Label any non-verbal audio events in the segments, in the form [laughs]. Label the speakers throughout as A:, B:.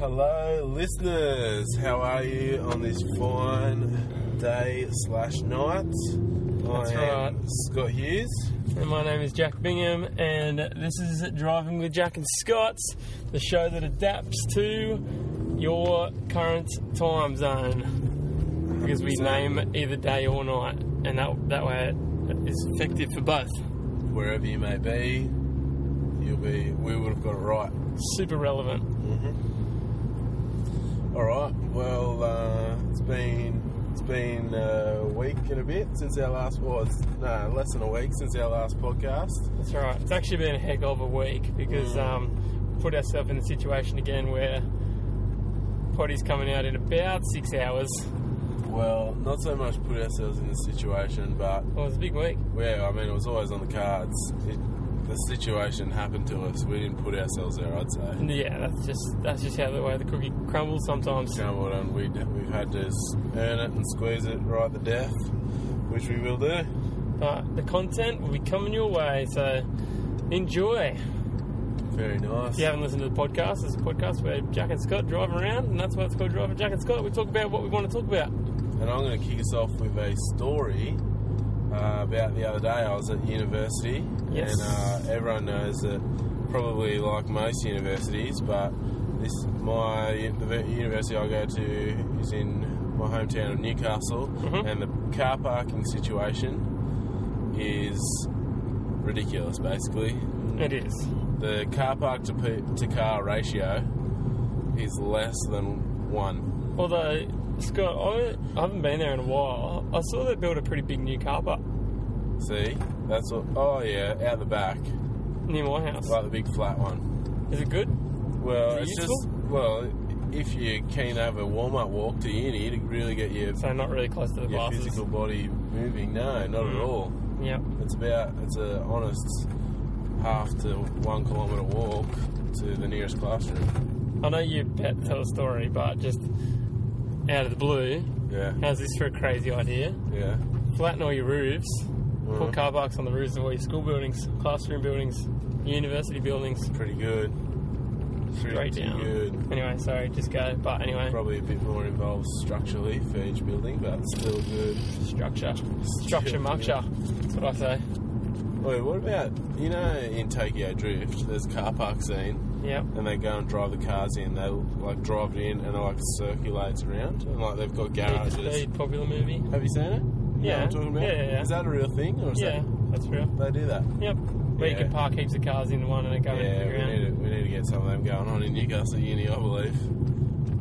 A: Hello, listeners. How are you on this fine day slash night?
B: That's
A: I am
B: right.
A: Scott Hughes.
B: And my name is Jack Bingham, and this is Driving with Jack and Scott's, the show that adapts to your current time zone. Because we
A: 100%.
B: name either day or night, and that, that way it is effective for both.
A: Wherever you may be, you'll be. We would have got it right.
B: Super relevant.
A: Mm-hmm. All right. Well, uh, it's been it's been a week and a bit since our last was no less than a week since our last podcast.
B: That's right. It's actually been a heck of a week because
A: Mm.
B: um, we put ourselves in a situation again where potty's coming out in about six hours.
A: Well, not so much put ourselves in this situation, but
B: Well, it was a big week.
A: Yeah, I mean, it was always on the cards. It, the situation happened to us. We didn't put ourselves there, I'd say.
B: Yeah, that's just that's just how the way the cookie crumbles sometimes.
A: Scrambled and we, we've had to s- earn it and squeeze it right to death, which we will do.
B: But the content will be coming your way, so enjoy.
A: Very nice.
B: If you haven't listened to the podcast, it's a podcast where Jack and Scott drive around, and that's why it's called Driving Jack and Scott. We talk about what we want to talk about.
A: And I'm going to kick us off with a story uh, about the other day. I was at university,
B: Yes.
A: and uh, everyone knows that probably like most universities, but this my the university I go to is in my hometown of Newcastle,
B: Mhm.
A: and the car parking situation is ridiculous. Basically,
B: It is.
A: the car park to, pe- to car ratio is less than one.
B: Although, Scott, I, I haven't been there in a while. I saw they built a pretty big new car park
A: See, that's what. Oh yeah, out the back,
B: near my house.
A: like the big flat one.
B: Is it good?
A: Well,
B: Is it
A: it's
B: useful?
A: just well, if you're keen to have a warm up walk to uni to really get your
B: So, not really close to the
A: your
B: glasses.
A: physical body moving, no, not at
B: Mm.
A: all.
B: Yep.
A: It's about it's a honest half to one kilometre walk to the nearest classroom.
B: I know you bet tell a story, but just out of the blue,
A: Yeah,
B: how's this for a crazy idea?
A: yeah.
B: Flatten all your roofs. Put
A: Mm.
B: car parks on the roofs of all your school buildings, classroom buildings, university buildings.
A: Pretty good.
B: Straight
A: Pretty
B: down.
A: good.
B: Anyway, sorry, just go. But anyway,
A: Probably a bit more involved structurally for each building, but still good.
B: structure. Structure mucture. That's what I say.
A: Wait, what about you know in Tokyo Drift? There's a car park scene,
B: Yep.
A: and they go and drive the cars in. They like drive it in, and it like circulates around, and like they've got
B: Need for
A: garages.
B: Speed, popular movie.
A: Have you seen it? You know
B: Yeah.
A: what I'm talking about.
B: Yeah, yeah, yeah.
A: Is that a real thing, or is
B: Yeah, that's real.
A: that they do that?
B: Yep. Where you
A: Yeah.
B: can park heaps of cars in one and it goes into
A: yeah,
B: the
A: we
B: ground.
A: need to, we need to get some of them going on in Newcastle Uni, I believe.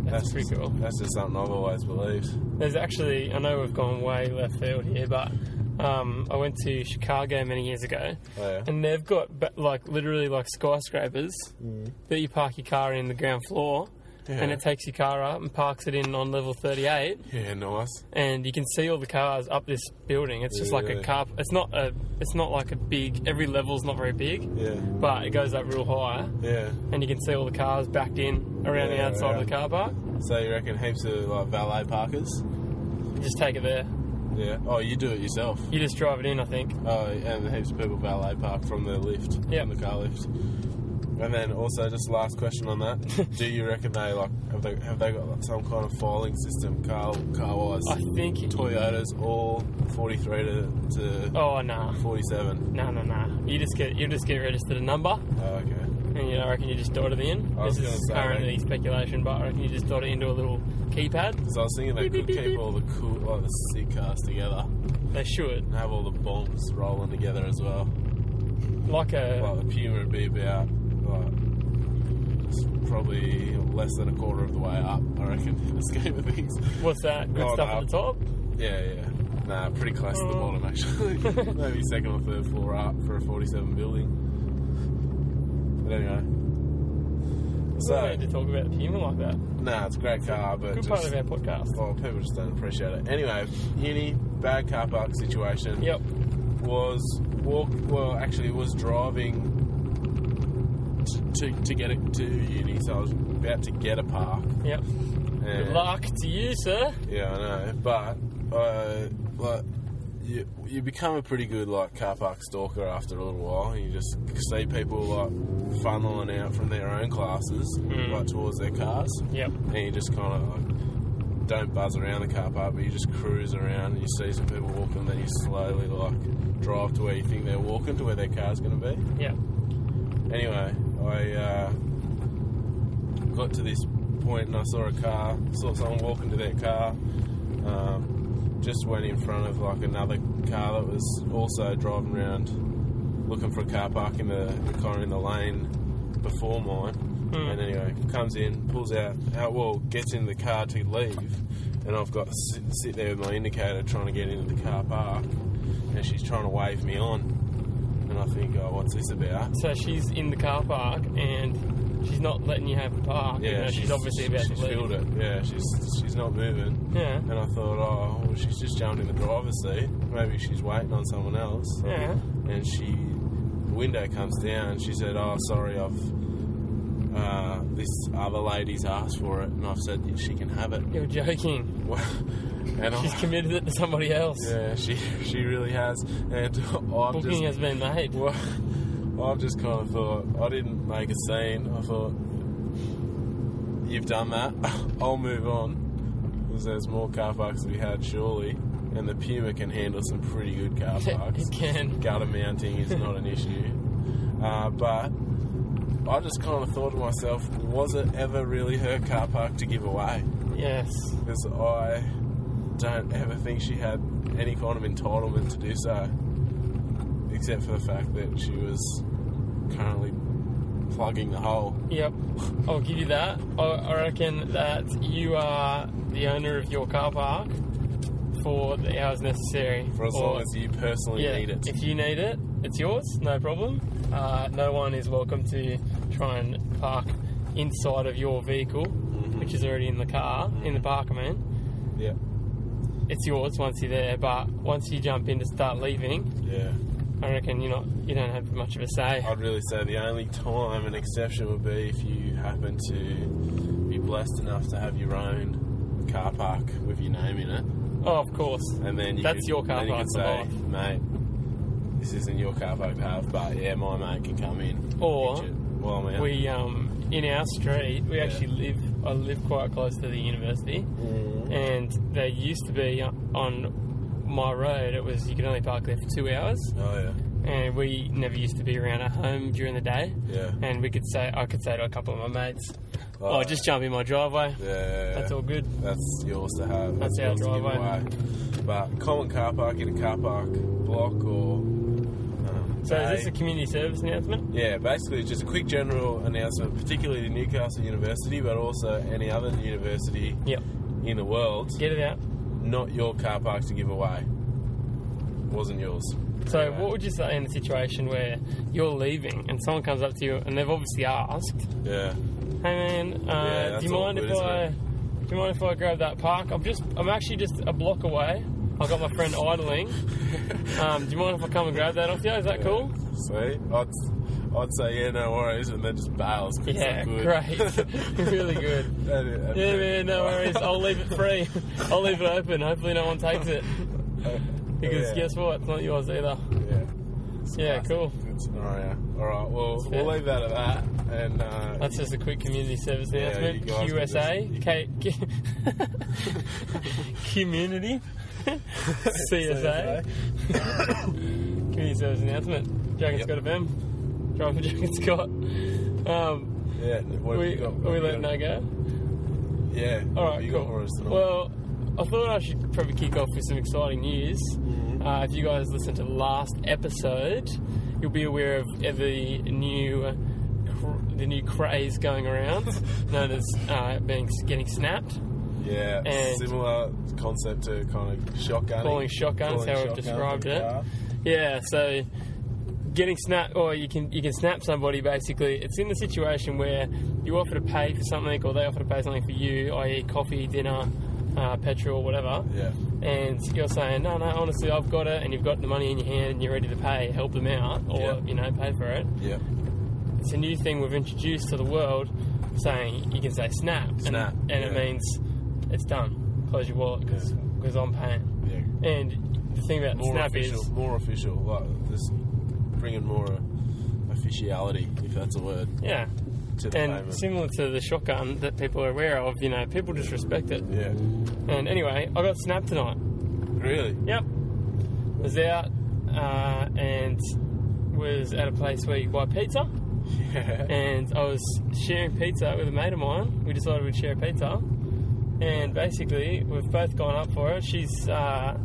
B: That's, pretty
A: just,
B: cool.
A: That's just something I've always believed.
B: There's actually, I know we've gone way left field here, but um, I went to Chicago many years ago,
A: Oh, yeah.
B: and they've got ba- like literally like skyscrapers
A: Mm.
B: that you park your car in the ground floor.
A: Yeah.
B: and it takes your car up and parks it in on level 38
A: yeah, nice.
B: and you can see all the cars up this building it's just like a
A: Yeah.
B: car it's not a it's not like a big every level's not very big
A: Yeah,
B: but it goes up real high
A: yeah.
B: and you can see all the cars backed in around the
A: Yeah,
B: outside of the
A: yeah.
B: car park
A: So you reckon heaps of like valet parkers?
B: you just take it there
A: Yeah. Oh, you do it yourself.
B: you just drive it in i think
A: Oh, and heaps of people valet park from the lift,
B: Yeah.
A: from the car lift. And then also, just last question on
B: [laughs]
A: that: Do you reckon they like have they have they got like, some kind of filing system, car car wise?
B: i think
A: Toyotas all forty three to, to
B: oh nah
A: forty seven.
B: no no no you just get you just get registered a number
A: Oh, okay.
B: and you know, i reckon you just dot it in
A: I was
B: this is
A: gonna say,
B: currently speculation but i reckon you just dot it into a little keypad
A: So I was thinking they could
B: Beep, beep, beep,
A: keep
B: beep.
A: all the cool, like the sick cars together,
B: they should
A: and have all the bombs rolling together as well.
B: like a
A: Like the Puma would be about like it's probably less than a quarter of the way up, I reckon, [laughs] in the scheme of things.
B: What's that? Good
A: Oh,
B: stuff
A: no.
B: at the top?
A: Yeah, yeah. Nah, pretty close to the
B: Oh.
A: bottom actually.
B: [laughs]
A: Maybe second or third floor up for a 47 building. But anyway.
B: we
A: So,
B: need to talk about the Puma like that.
A: nah, it's a great car, but
B: Good
A: just,
B: part of our podcast.
A: well, people just don't appreciate it. Anyway, uni, bad car park situation.
B: Yep.
A: Was walk. Well, actually, was driving to, to, to get it to uni. So I was about to get a park.
B: Yep. Good
A: and-
B: luck to you, sir.
A: yeah, I know. But uh, like, you you become a pretty good like car park stalker after a little while. You just see people like funneling out from their own classes,
B: Mm.
A: like towards their cars,
B: Yep.
A: and you just kind of like don't buzz around the car park, but you just cruise around and you see some people walking, then you slowly like drive to where you think they're walking to where their car's going to be
B: Yep.
A: anyway, I uh, got to this point and I saw a car, saw someone walk into their car. Um, just went in front of like another car that was also driving around looking for a car park in the kind of in the lane before mine.
B: Mm.
A: And anyway, comes in, pulls out, out well, gets in the car to leave, and I've got to sit, sit there with my indicator trying to get into the car park, and she's trying to wave me on. And I think, oh, what's this about?
B: So she's in the car park and she's not letting you have a park. even though uh, she's, obviously about
A: she's
B: to leave.
A: filled it. Yeah, she's she's not moving.
B: Yeah.
A: And I thought, oh, well, she's just jumped in the driver's seat. Maybe she's waiting on someone else.
B: Yeah.
A: And she, the window comes down. She said, oh, sorry, I've uh, this other lady's asked for it, and I've said she can have it. [laughs]
B: You're joking.
A: and
B: She's
A: I,
B: committed it to somebody else.
A: yeah, she she really has. And [laughs] I've
B: Booking
A: just
B: has been made.
A: well, [laughs] I've just kind of thought I didn't make a scene. I thought you've done that. [laughs] I'll move on because there's more car parks to be had, surely. And the Puma can handle some pretty good car parks.
B: It [laughs] can.
A: Gutter mounting is not an
B: [laughs]
A: issue, uh, but I just kind of thought to myself, was it ever really her car park to give away?
B: Yes.
A: Because I don't ever think she had any kind of entitlement to do so, except for the fact that she was currently plugging the hole.
B: Yep. I'll give you that. I, I reckon that you are the owner of your car park for the hours necessary.
A: For as
B: Or-
A: long as you personally
B: Oh, yeah,
A: need it.
B: If you need it, it's yours. No problem. Uh, no one is welcome to try and park inside of your vehicle,
A: Mm-hmm.
B: which is already in the car, in the park, I mean.
A: Yeah,
B: It's yours once you're there, but once you jump in to start leaving,
A: yeah.
B: I reckon you're not, you don't have much of a say.
A: I'd really say the only time an exception would be if you happen to be blessed enough to have your own car park with your name in it.
B: Oh, of course.
A: And then you
B: That's
A: could-
B: your car
A: then you
B: park
A: could
B: to
A: say,
B: have.
A: mate, this isn't your car park to have, but yeah, my mate can come in.
B: Or
A: pitch it while I'm out."
B: We, um, in our street, we
A: Yeah.
B: actually live, I live quite close to the university.
A: Oh,
B: and they used to be uh, on my road. It was you could only park there for two hours,
A: Oh yeah,
B: and we never used to be around our home during the day.
A: yeah.
B: And we could say, I could say to a couple of my mates, "Oh,
A: Alright.
B: just jump in my driveway.
A: yeah, yeah, yeah.
B: That's all good."
A: That's yours to have.
B: That's our
A: yours to give
B: driveway.
A: away. But common car park in a car park block or. Um,
B: So
A: bay.
B: is this a community service announcement?
A: yeah, basically just a quick general announcement, particularly to Newcastle University, but also any other university
B: Yep.
A: in the world.
B: Get it out.
A: Not your car park to give away. Wasn't yours.
B: So
A: Yeah.
B: what would you say in a situation where you're leaving and someone comes up to you and they've obviously asked,
A: Yeah.
B: "Hey man,
A: Yeah,
B: uh,
A: that's
B: do you mind
A: awkward,
B: if
A: isn't
B: I
A: it?
B: do you mind if I grab that park? I'm just I'm actually just a block away. I've got my friend
A: [laughs]
B: idling. Um, do you mind if I come and grab that off you? Is that cool?
A: See, I'd, I'd say yeah, no worries, and then just bails. 'cause
B: Yeah,
A: they're good.
B: great. [laughs] really good.
A: That is- that's
B: Yeah,
A: pretty-
B: man, no worries. I'll leave it free. I'll leave it open. Hopefully, no one takes it. Because
A: Yeah.
B: guess what? It's not yours either.
A: Yeah.
B: Yeah, cool.
A: Good scenario. All right. Well,
B: That's
A: we'll
B: fair.
A: leave that at that. And uh,
B: That's just a quick community service
A: Yeah,
B: announcement.
A: you guys can
B: QSA. K-
A: [laughs]
B: [laughs] community. CSA. community service announcement. Dragon
A: Yep.
B: Scott FM. Driving Dragon Scott. Um,
A: yeah. What have
B: we,
A: you got?
B: we let
A: got?
B: no go.
A: Yeah. what
B: All
A: have
B: right,
A: you
B: cool.
A: got for us tonight?
B: Well, I thought I should probably kick off with some exciting news. Uh, if you guys listened to the last episode, you'll be aware of the new cr- the new craze going [laughs] around, known as uh, being getting snapped.
A: yeah.
B: and-
A: similar concept to kind of shotgun.
B: Calling shotgun is how I've described it. Yeah, so getting snap or you can you can snap somebody basically. It's in the situation where you offer to pay for something or they offer to pay something for you, i.e., coffee, dinner, uh, petrol, whatever.
A: Yeah.
B: and you're saying, no, no, honestly, I've got it, and you've got the money in your hand and you're ready to pay, help them out, or,
A: Yeah.
B: you know, pay for it.
A: Yeah.
B: It's a new thing we've introduced to the world saying you can say snap.
A: Snap,
B: And, and it
A: yeah.
B: means it's done. Close your wallet because I'm paying.
A: Yeah.
B: And the thing about
A: more
B: Snap
A: official,
B: is,
A: more official, like this, bringing more officiality, if that's a word,
B: yeah.
A: to the
B: And
A: payment.
B: similar to the shotgun that people are aware of, you know, people just respect it.
A: yeah,
B: And anyway, I got snapped tonight.
A: really. [laughs]
B: Yep. Was out uh, and was at a place where you buy pizza.
A: Yeah.
B: And I was sharing pizza with a mate of mine. We decided we'd share pizza. And basically, we've both gone up for it. She's uh,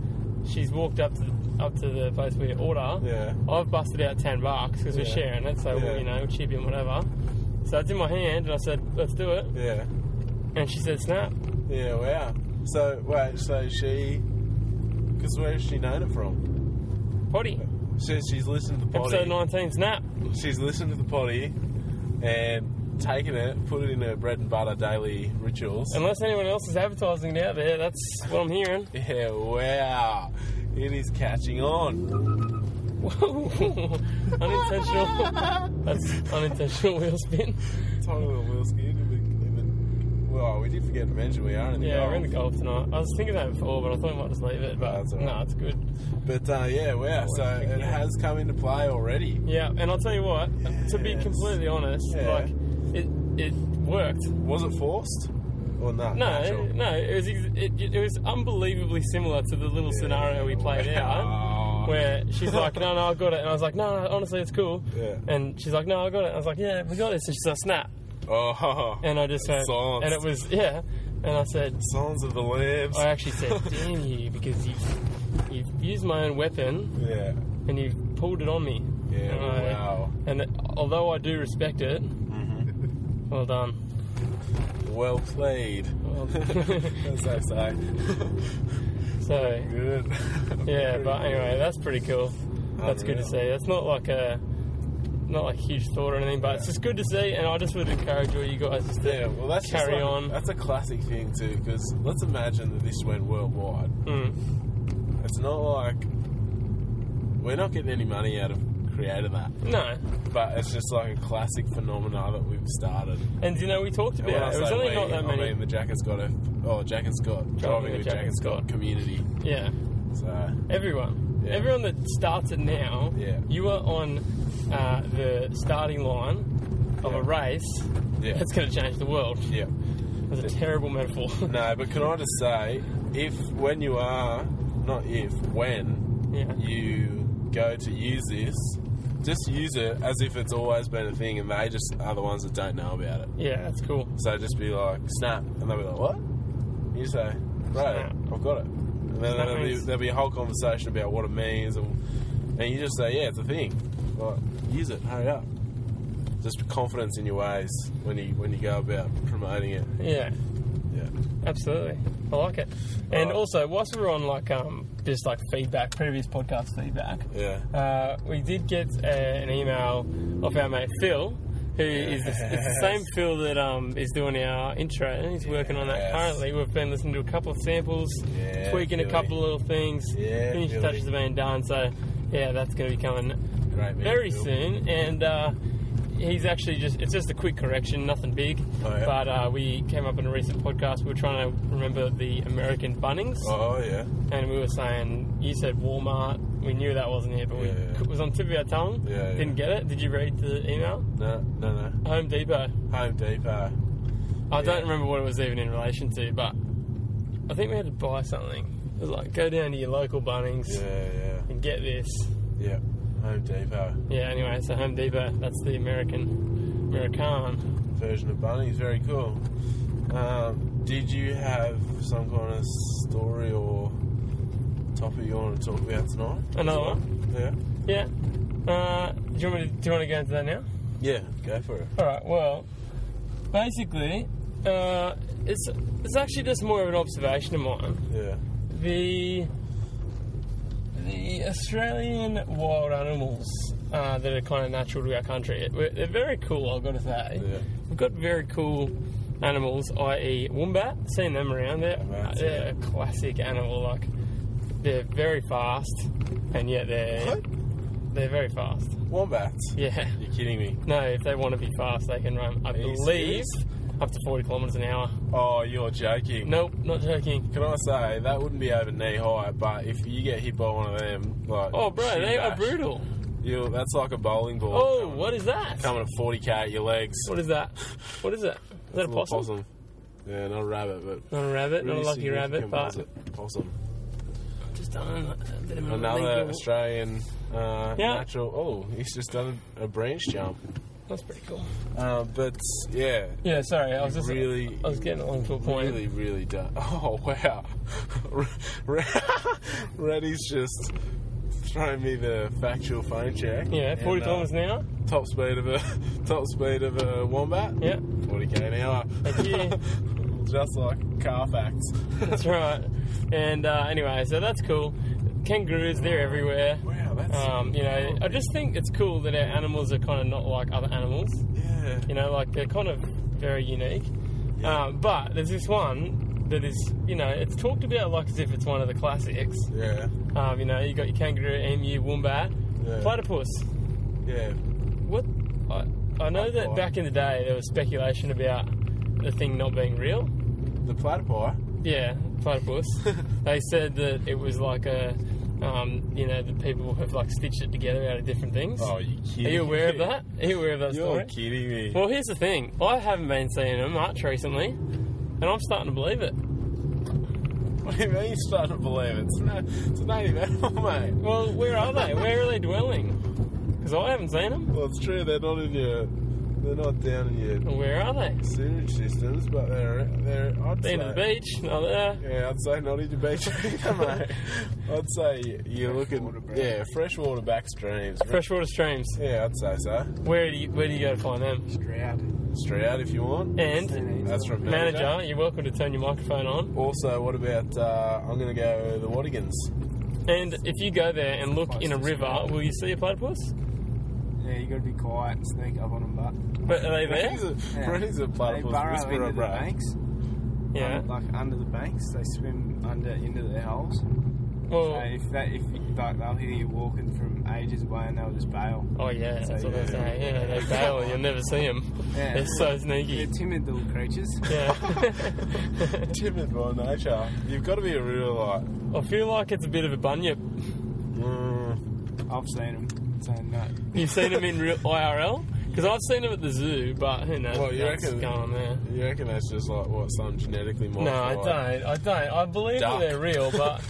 B: she's walked up to the, up to the place where you order.
A: Yeah.
B: I've busted out 10 bucks because we're
A: Yeah.
B: sharing it, so
A: Yeah.
B: you know, cheap and whatever. So it's in my hand, and I said, let's do it.
A: Yeah.
B: And she said, snap.
A: Yeah. Wow. So wait. So she, because where is she known it from?
B: Potty.
A: Says she's listened to the potty.
B: Episode 19, snap.
A: She's listened to the potty, and taken it, put it in her bread and butter daily rituals.
B: Unless anyone else is advertising it out there, that's what I'm hearing.
A: [laughs]
B: [laughs]
A: Yeah. Wow. It is catching on.
B: Whoa. unintentional. That's unintentional wheel spin.
A: Tiny little wheel skin in the. Well, we did forget to mention we are in the
B: Yeah,
A: goal.
B: we're in the golf tonight. I was thinking that before, but I thought I might just leave it. But
A: That's all
B: no,
A: right.
B: it's good.
A: But uh, yeah,
B: Oh,
A: wow. So it has come into play already.
B: Yeah, and I'll tell you what. To be
A: Yes.
B: completely honest,
A: Yeah.
B: like it, it worked.
A: Was it forced or not?
B: No,
A: Natural?
B: no, it was ex- it, it was unbelievably similar to the little scenario we
A: [laughs]
B: played out.
A: Oh.
B: Where she's like, no, no, I got it, and I was like, no, no, honestly, it's cool.
A: Yeah.
B: And she's like, no, I got it. I was like, yeah, we got this. And she's like, snap.
A: Oh.
B: [laughs] And I just went,
A: Silenced.
B: and it was yeah. And I said,
A: Songs of the Lambs.
B: I actually said, "Damn you," because you you used my own weapon
A: yeah.
B: and you pulled it on me.
A: Yeah.
B: And I-
A: Wow.
B: And although I do respect it,
A: Mm-hmm. [laughs]
B: well done.
A: Well
B: [laughs]
A: played.
B: Well,
A: As I say.
B: so
A: Good.
B: [laughs] yeah, but anyway, that's pretty cool. That's good to
A: Unreal.
B: see. That's not like a not like huge thought or anything, but it's just good to see. And I just would encourage all you guys just to
A: Yeah, well, that's just
B: Carry
A: like-
B: on.
A: That's a classic thing too, because let's imagine that this went worldwide.
B: Mm,
A: It's not like we're not getting any money out of creating that,
B: no.
A: but it's just like a classic phenomena that we've started.
B: And you know, we talked
A: And when I
B: about it. It was
A: say
B: only
A: we,
B: not that
A: I
B: many.
A: mean, the Jack and Scott, oh, Jack and Scott, driving with Jack, and Scott community.
B: yeah.
A: So
B: Everyone.
A: Yeah.
B: Everyone that starts it now,
A: Yeah.
B: you are on uh, the starting line of
A: Yeah.
B: a race
A: yeah,
B: that's going to change the world.
A: yeah.
B: That's a terrible metaphor. [laughs]
A: No, but can I just say, if when you are, not if, when
B: yeah.
A: you go to use this, just use it as if it's always been a thing, and they just are the ones that don't know about it.
B: Yeah, that's cool.
A: So just be like, snap, and they'll be like, what? You say, right,
B: Snap.
A: I've got it. And then
B: Snap
A: there'll be,
B: means-
A: there'll be a whole conversation about what it means, and, and you just say, yeah, it's a thing. Like, use it, hurry up. Just confidence in your ways when you when you go about promoting it.
B: Yeah,
A: Yeah.
B: absolutely. I like it. And
A: Alright.
B: also, whilst we were on like um, just like feedback, previous podcast feedback,
A: Yeah.
B: uh, we did get uh, an email of our mate Phil, who is the, it's the same Phil that um, is doing our intro. and He's working on that
A: Yes.
B: currently. We've been listening to a couple of samples,
A: Yeah,
B: tweaking
A: Philly.
B: a couple of little things.
A: Yeah,
B: finishing
A: Philly.
B: touches have been done. So yeah, that's going to be coming
A: Great. man.
B: very
A: Cool.
B: soon, and uh, he's actually just—it's just a quick correction, nothing big.
A: Oh, yeah.
B: But uh, we came up in a recent podcast. We were trying to remember the American Bunnings,
A: Oh yeah.
B: and we were saying you said Walmart. We knew that wasn't it, but we,
A: Yeah, yeah.
B: it was on tip of our tongue.
A: Yeah, yeah.
B: Didn't get it. Did you read the email?
A: No, no, no.
B: Home Depot.
A: Home Depot.
B: I
A: Yeah.
B: don't remember what it was even in relation to, but I think we had to buy something. It was like go down to your local Bunnings
A: Yeah, yeah,
B: and get this.
A: yeah. Home Depot
B: Yeah, anyway, so Home Depot, that's the American American.
A: version of Bunnings, very cool. Um, did you have some kind of story or topic you want to talk about tonight?
B: Another
A: Yeah.
B: Yeah. Uh, do you want me to, do you want to go into that now?
A: Yeah. Go for it.
B: All right. Well, basically, uh, it's it's actually just more of an observation of mine.
A: Yeah.
B: The the Australian wild animals uh, that are kind of natural to our country, it- they're very cool. I've got to say.
A: Yeah.
B: We've got very cool animals, i.e., wombat. Seen them around. They're,
A: Wombats,
B: they're a classic animal. Like they're very fast, and yet they're they're very fast.
A: Wombats.
B: Yeah.
A: You're kidding me.
B: No, if they want to be fast, they can run. I
A: you
B: believe.
A: serious?
B: up to 40 kilometres an hour.
A: Oh, you're joking.
B: Nope, not joking.
A: Can I say that wouldn't be over knee high, but if you get hit by one of them, like
B: Oh, bro,
A: shin
B: they are
A: bash,
B: brutal.
A: You that's like a bowling ball.
B: Oh,
A: coming,
B: what is that?
A: coming at forty k at your legs.
B: What is that? What is that? Is that a
A: It's little
B: possum?
A: Yeah, not a rabbit, but
B: Not a rabbit,
A: really
B: not a lucky rabbit,
A: significant
B: but
A: possum- possum.
B: just done a bit of an
A: Another
B: illegal-
A: Australian uh,
B: Yeah.
A: natural. Oh, he's just done a branch jump.
B: That's pretty cool.
A: Uh, but yeah,
B: Yeah, sorry, I was just
A: really,
B: I was getting along to a point.
A: really, really done. [laughs] Oh wow, Re- Reddy's just throwing me the factual phone check.
B: Yeah,
A: And,
B: forty
A: uh,
B: kilometres an hour.
A: Top speed of a [laughs] top speed of a wombat.
B: Yeah,
A: forty k an hour.
B: Thank
A: [laughs]
B: you.
A: just like Carfax. [laughs]
B: that's right. And uh, anyway, so that's cool. Kangaroos, they're everywhere.
A: Wow, that's
B: Um, you know, I just think it's cool that our animals are kind of not like other animals.
A: yeah.
B: You know, like they're kind of very unique. Um, but there's this one that is, you know, it's talked about like as if it's one of the classics.
A: Yeah,
B: Um, you know, you got your kangaroo, emu, wombat,
A: Yeah.
B: platypus.
A: yeah,
B: What? I, I know that
A: Platypi.
B: back in the day there was speculation about the thing not being real.
A: the platypus.
B: Yeah,
A: [laughs]
B: platypus. they said that it was like a, um, you know, that people have like stitched it together out of different things.
A: Oh, you kidding?
B: Are you aware of that? Are you aware of that
A: You're
B: story?
A: kidding me.
B: Well, here's the thing. I haven't been seeing them much recently, and I'm starting to believe it.
A: What do you mean you starting to believe it? It's, na- it's a native animal, [laughs] mate.
B: Well, where are they? Where are they dwelling? Because I haven't seen them.
A: Well, it's true. They're not in your. They're not down in your
B: Where are they?
A: sewage systems, but they're they're. I'd
B: They're in the
A: say-
B: beach. Oh, there.
A: Yeah, I'd say not in your beach either, [laughs] mate. I'd say you're looking. Yeah, freshwater backstreams.
B: Freshwater streams.
A: Yeah, I'd say so.
B: Where do you where do you go to find them?
A: Straight out if you want.
B: And
A: That's from manager.
B: manager, you're welcome to turn your microphone on.
A: Also, what about uh, I'm going to go the Wadigans?
B: And if you go there and look in a river, will you see a platypus?
C: Yeah, you gotta be quiet and sneak up on them, but
B: But are they
A: He's
B: there?
A: a,
C: Yeah.
A: Freddy's a
C: they
A: platypus
C: burrow into
A: whisperer,
C: the
A: bro. [laughs]
C: banks.
B: Yeah.
C: um, like under the banks, they swim under into their holes. So
B: Well,
C: if that if you, like they'll hear you walking from ages away and they'll just bail.
B: oh yeah, that's what they say. Yeah, they bail. You'll never see them.
C: Yeah,
B: They're so
C: they're
B: sneaky.
C: timid little creatures.
B: [laughs] Yeah.
A: Timid by nature. You've got to be a real like.
B: I feel like it's a bit of a bunyip.
A: Mm,
C: I've seen them, so no.
B: You've seen them in real IRL? Because I've seen them at the zoo, but who knows
A: Well, you
B: what's
A: reckon-
B: going on there.
A: you reckon that's just like what some genetically
B: No, I
A: modified?
B: don't. I don't. I believe
A: Duck.
B: that they're real,
A: [laughs]
B: but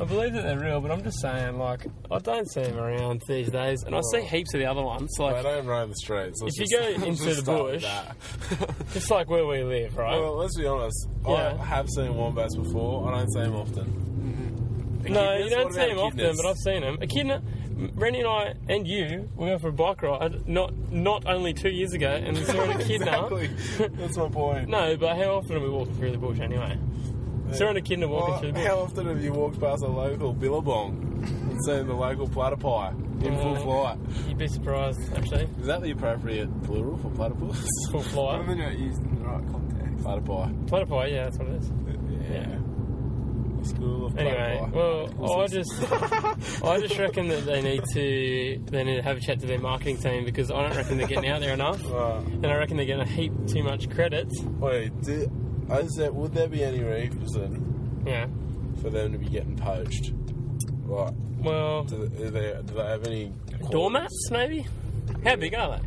B: I believe that they're real. But I'm just saying, like, I don't see them around these days, and I see heaps of the other ones.
A: They
B: Like,
A: don't roam the streets. Let's
B: If you
A: just- [laughs]
B: go
A: let's
B: into
A: just
B: the
A: start with
B: bush-
A: that.
B: [laughs] just like where we live, right?
A: well, let's be honest.
B: Yeah.
A: I have seen wombats before. I don't see them often.
C: Mm-hmm.
B: no, you
A: Echidnas?
B: don't
A: What
B: see
A: about
B: them often,
A: echidnas?
B: but I've seen them. Echidna, Rennie and I, and you, we went for a bike ride not not only two years ago, and we
A: [laughs]
B: saw an echidna.
A: exactly.
B: [laughs]
A: That's my point.
B: No, but how often are we walking through the bush anyway? Is there an echidna walking
A: Well,
B: through the bush?
A: how often have you walked past a local billabong and seen the local platypi in full
B: Uh,
A: flight?
B: You'd be surprised, actually.
A: Is that the appropriate plural for platypus? [laughs]
B: Full
C: I
B: flight.
C: don't not used in the right context.
A: platypi.
B: Platypi, yeah, that's what it is.
A: Yeah. School of
B: Anyway,
A: platypi.
B: well,
A: [laughs]
B: I just, I just reckon that they need to, they need to have a chat to their marketing team because I don't reckon they're getting out there enough,
A: Right.
B: and I reckon they're getting a heap too much credit.
A: Wait, do, is there, would there be any reason
B: Yeah.
A: for them to be getting poached? Right.
B: Well,
A: Do they, do they, do they have any qualities?
B: doormats maybe. How big are they?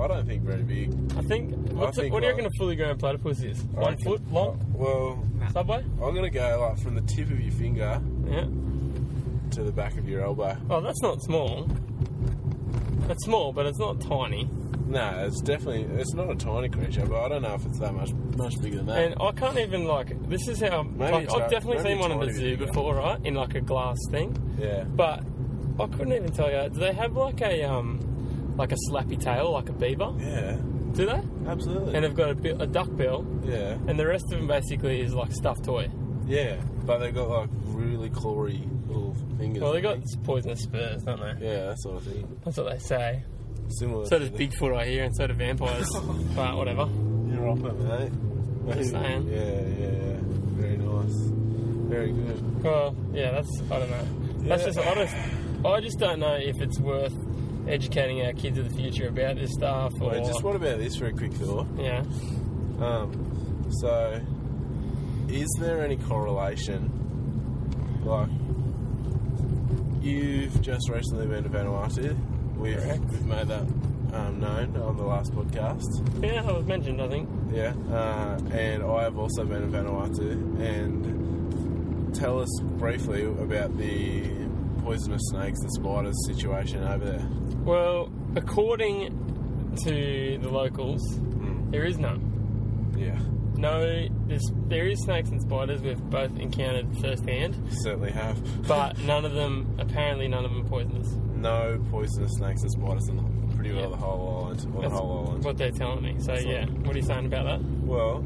A: I don't think very big.
B: I think. What's
A: think
B: a, what do you
A: like-
B: reckon a fully grown platypus is?
A: I
B: One
A: reckon-
B: foot long.
A: Well,
B: Subway.
A: I'm gonna go like from the tip of your finger
B: Yeah.
A: to the back of your elbow.
B: Oh, that's not small. That's small, but it's not tiny.
A: No, it's definitely it's not a tiny creature, but I don't know if it's that much much bigger than that.
B: And I can't even like. This is how. like,
A: it's
B: I've
A: a-
B: definitely
A: maybe
B: seen
A: it's
B: one in the
A: tiny
B: zoo
A: bit bigger.
B: before, right? In like a glass thing,
A: yeah.
B: but I couldn't even tell you. Do they have like a um, like a slappy tail, like a beaver?
A: Yeah.
B: Do they?
A: Absolutely.
B: And they've got a, bi- a duck bill,
A: yeah.
B: and the rest of them basically is like stuffed toy.
A: Yeah. But they've got like really clawy little fingers.
B: Well, Oh, they
A: I
B: got
A: think.
B: poisonous spurs, don't they?
A: Yeah, that sort of thing.
B: That's what they say.
A: Similar
B: So
A: to
B: does
A: the-
B: Bigfoot, I hear, and so
A: [laughs]
B: do vampires. but whatever.
A: You're off it, mate.
B: Just saying.
A: Yeah, yeah, yeah. Very nice. Very good.
B: Well, yeah, that's I don't know. That's
A: Yeah.
B: just I just I just don't know if it's worth educating our kids of the future about this stuff or
A: Wait, just what about this for a quick thought?
B: yeah.
A: Um, so, is there any correlation? Like, you've just recently been to Vanuatu. We've,
B: Correct.
A: we've made that um, known on the last podcast.
B: Yeah, I was mentioned, I think.
A: Yeah, uh, and I have also been in Vanuatu. And tell us briefly about the poisonous snakes, the spiders situation over there.
B: Well, according to the locals,
A: Mm,
B: there is none.
A: yeah,
B: No, there's, there is snakes and spiders we've both encountered firsthand,
A: certainly have.
B: but none of them, apparently, none of them are poisonous.
A: no poisonous snakes and spiders in pretty well
B: Yeah.
A: the whole island. Or the
B: That's
A: whole island.
B: what they're telling me. So,
A: That's
B: yeah, what are you saying about that?
A: Well,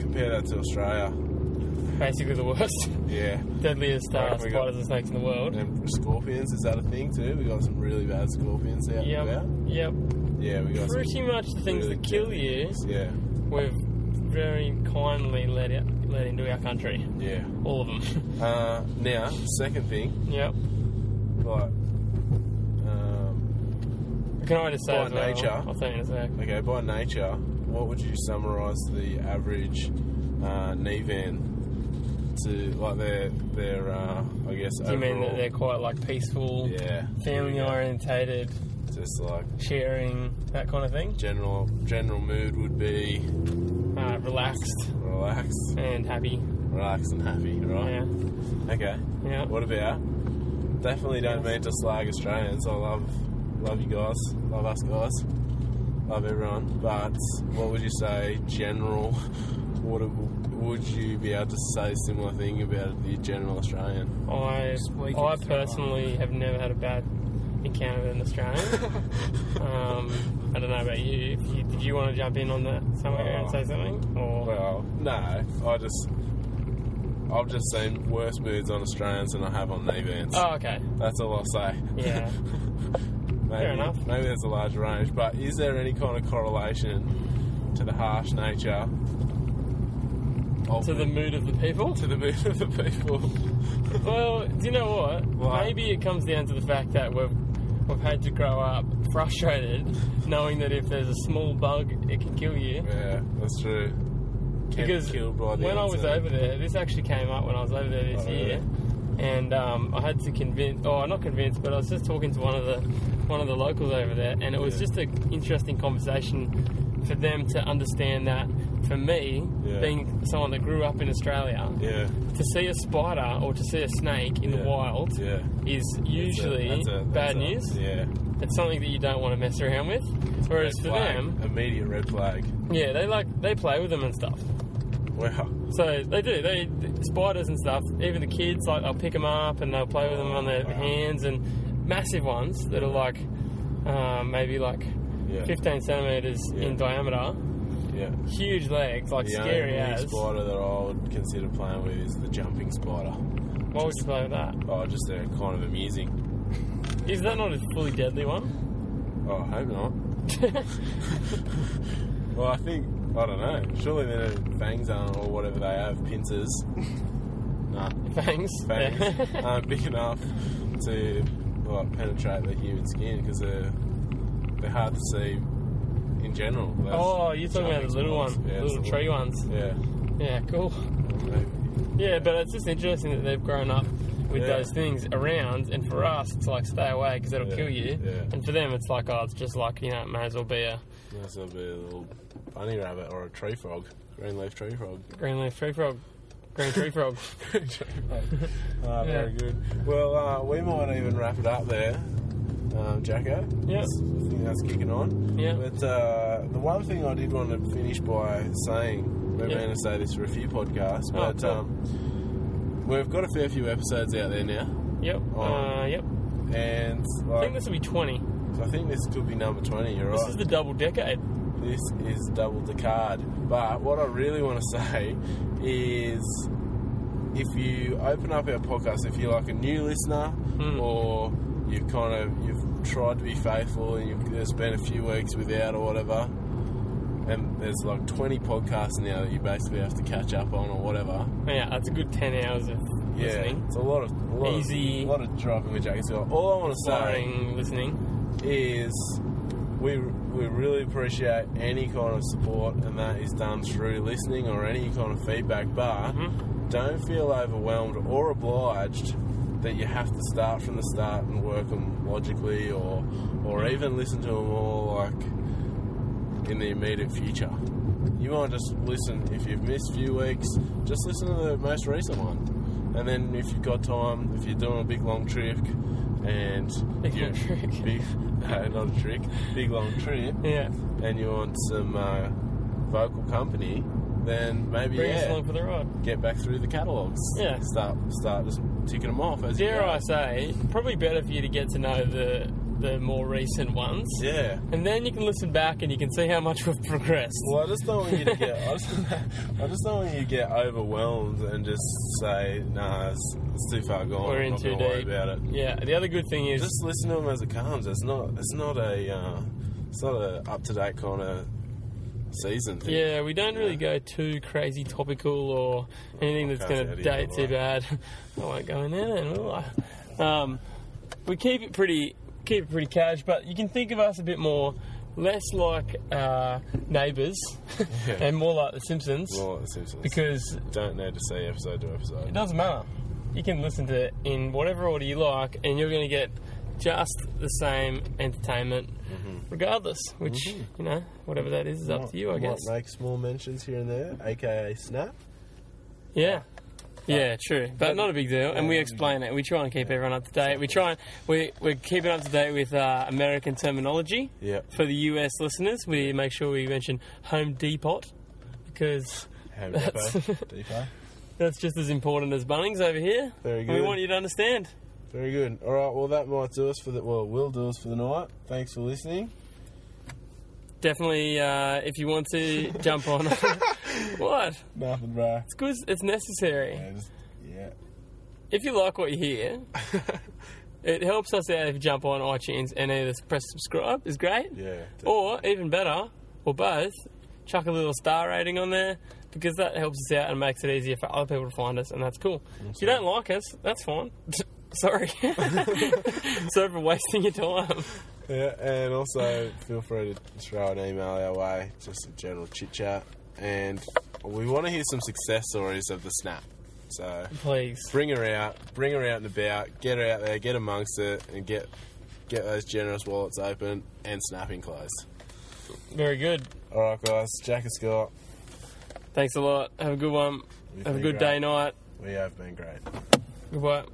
A: compare that to Australia.
B: Basically, the worst, [laughs]
A: Yeah,
B: deadliest uh,
A: Right, we got-
B: spiders and snakes in the world.
A: and scorpions is that a thing too? We got some really bad scorpions out and
B: Yep.
A: about.
B: Yep.
A: Yeah, we got
B: Pretty much the things
A: really
B: that kill
A: deadly
B: you,
A: some. Yeah,
B: we've very kindly let, it, let into our country.
A: yeah.
B: All of them. [laughs]
A: Uh, now, second thing,
B: yep.
A: like, um,
B: Can I just say
A: By
B: as well,
A: nature.
B: I'll tell you in a sec.
A: okay, by nature, what would you summarise the average uh, Nevan to like their their uh, I guess
B: Do you mean that
A: overall-
B: they're quite like peaceful,
A: yeah
B: family
A: yeah,
B: orientated,
A: just like
B: sharing, that kind of thing?
A: general general mood would be
B: Uh, relaxed
A: relaxed,
B: and happy.
A: relaxed and happy, right?
B: Yeah.
A: Okay.
B: Yeah.
A: What about? Definitely don't mean to slag Australians. I love love you guys, love us guys, love everyone. But what would you say, general? What a- would you be able to say similar thing about the general Australian?
B: I
C: Squeaky
B: I
C: through
B: personally have never had a bad encounter with an Australian.
A: [laughs]
B: um, I don't know about you. If you did you want to jump in on that somewhere and
A: Oh.
B: say something? Or
A: Well, no, I just I've just seen worse moods on Australians than I have on Nevans.
B: Oh okay.
A: That's all I'll say. [laughs]
B: Yeah.
A: Maybe,
B: Fair enough.
A: Maybe there's a large range, but is there any kind of correlation to the harsh nature of
B: to the mood of the people.
A: to the mood of the [laughs] people?
B: Well, do you know what?
A: What?
B: Maybe it comes down to the fact that we've we've had to grow up
A: [laughs]
B: frustrated, knowing that if there's a small bug, it can kill you.
A: yeah, that's true. Can
B: because
A: kill by the
B: when I was
A: onset.
B: over there, this actually came up when I was over there this
A: Oh, really?
B: year, and um, I had to convince, or not convince, but I was just talking to one of the one of the locals over there, and it was
A: Yeah.
B: just an interesting conversation for them to understand that for me,
A: Yeah.
B: being someone that grew up in Australia,
A: Yeah,
B: to see a spider or to see a snake in
A: Yeah.
B: the wild.
A: yeah.
B: Is
A: That's a-
B: usually
A: that's a- that's
B: bad
A: a-
B: news.
A: Yeah.
B: It's something that you don't want to mess around with. Whereas
A: Red
B: for
A: flag.
B: them,
A: Immediate red flag.
B: yeah, they like they play with them and stuff.
A: Wow.
B: So they do. They spiders and stuff. Even the kids, like they'll pick them up and they'll play with them on their
A: Wow.
B: hands and massive ones that are like um, maybe like
A: Yeah.
B: 15 centimeters
A: Yeah.
B: in diameter,
A: Yeah.
B: huge legs, like
A: The
B: scary
A: only
B: as.
A: spider that I would consider playing with is the jumping spider.
B: Why would you play with that?
A: Oh, just they're kind of amusing.
B: Is that not a fully deadly one?
A: Oh, I hope not.
B: [laughs]
A: Well, I think I don't know. Surely their fangs aren't, or whatever they have,
B: [laughs]
A: pincers. nah,
B: Fangs.
A: fangs aren't big enough to like, penetrate the human skin because they're they're hard to see in general. Those
B: [laughs] oh, you're talking about
A: jumping
B: the little
A: spiders.
B: one,
A: Yeah,
B: little
A: it's
B: tree ones.
A: the- Yeah.
B: Yeah, cool. Yeah, but it's just interesting that they've grown up with
A: Yeah.
B: those things around, and for us, it's like stay away because it'll
A: Yeah,
B: kill you.
A: yeah.
B: And for them, it's like oh, it's just like you know, it may as well be a
A: That's a bit of a little bunny rabbit or a tree frog, green leaf tree frog.
B: green leaf tree frog,
A: [laughs]
B: green tree frog.
A: Tree frog. Ah, Very good. Well, uh, we might even wrap it up there, um, Jacko.
B: Yeah.
A: I think that's kicking on.
B: Yeah.
A: But uh, the one thing I did want to finish by saying, we're
B: Yeah.
A: going to say this for a few podcasts,
B: Oh,
A: but
B: cool.
A: um, we've got a fair few episodes out there now,
B: Yep.
A: Oh.
B: Uh, yep.
A: and
B: I
A: like,
B: think this will be twenty.
A: I think this could be number twenty. You're
B: This
A: right.
B: is the double decade. Oh,
A: this is double the card. But what I really want to say is if you open up our podcast, if you're like a new listener
B: Mm.
A: or you've kind of you've tried to be faithful and you've, there's been a few weeks without or whatever, and there's like 20 podcasts now that you basically have to catch up on or whatever.
B: Yeah, that's a good ten hours of
A: Yeah,
B: listening,
A: it's a lot of a lot
B: Easy.
A: of, a lot of driving with Jack's. All I want to say
B: boring listening.
A: is we we really appreciate any kind of support, and that is done through listening or any kind of feedback. But
B: Mm-hmm.
A: don't feel overwhelmed or obliged that you have to start from the start and work them logically, or or even listen to them all like in the immediate future. You might just listen if you've missed a few weeks. Just listen to the most recent one, and then if you've got time, if you're doing a big long trip, and
B: Big
A: you-
B: long
A: [laughs]
B: trick.
A: big, no, not a trick, big long trip,
B: Yeah.
A: and you want some uh, vocal company, then maybe
B: Bring us
A: yeah,
B: along for the ride.
A: get back through the catalogs.
B: Yeah.
A: start start just ticking them off as you
B: Dare
A: go.
B: I say, probably better for you to get to know the the more recent ones.
A: Yeah.
B: And then you can listen back and you can see how much we've progressed.
A: Well, I just don't want you to get. I just, I just don't want you to get overwhelmed and just say, "Nah, it's, it's too far gone.
B: We're
A: I'm
B: in
A: not
B: too
A: gonna worry
B: deep.
A: about it."
B: Yeah. The other good thing is
A: Just listen to them as it comes. It's not. It's not a. Uh, it's not a up to date kind of season thing.
B: Yeah, we don't really go too crazy topical or anything that's
A: can't
B: going
A: say
B: to
A: that
B: date
A: either,
B: too
A: right?
B: bad. [laughs] I won't go in there then, will I? Um, we keep it pretty, keep it pretty cash, but you can think of us a bit more, less like uh, neighbours,
A: Yeah.
B: [laughs] and more like The Simpsons,
A: Well, it seems
B: because
A: don't need to see episode to episode.
B: it doesn't matter. You can listen to it in whatever order you like, and you're going to get just the same entertainment,
A: Mm-hmm.
B: regardless. Which you know, whatever that is, is up to you, I guess.
A: make small mentions here and there, aka snap.
B: Yeah. Yeah, true, but not a big deal. And we explain it. We try and keep everyone up to date. We try and we we're keeping up to date with uh, American terminology
A: Yep.
B: for the U.S. listeners. We make sure we mention Home Depot because
A: Home
B: That's-
A: Depot. [laughs] Depot.
B: that's just as important as Bunnings over here.
A: Very
B: We
A: good.
B: want you to understand.
A: Very good. All right. Well, that might do us for the. Well, will do us for the night. Thanks for listening.
B: Definitely, uh, if you want [laughs] to jump on, what? It's
A: Nothing, bro.
B: good. It's necessary.
A: Yeah. just- yeah.
B: If you like what you [laughs] hear, it helps us out if you jump on iTunes and either press subscribe is great.
A: Yeah.
B: Or even better, or both, chuck a little star rating on there because that helps us out and makes it easier for other people to find us, and that's cool. If you don't like us, that's fine. [laughs] Sorry. Sorry for wasting your time.
A: Yeah, and also feel free to throw an email our way, just a general chit chat. And we want to hear some success stories of the snap. So
B: Please.
A: bring her out, bring her out and about, get her out there, get amongst it, and get get those generous wallets open and snapping closed.
B: Very good.
A: All right, guys, Jack and Scott,
B: Thanks a lot. Have a good one.
A: You've
B: Have a
A: been
B: good
A: great.
B: day, night.
A: we have been great.
B: Goodbye.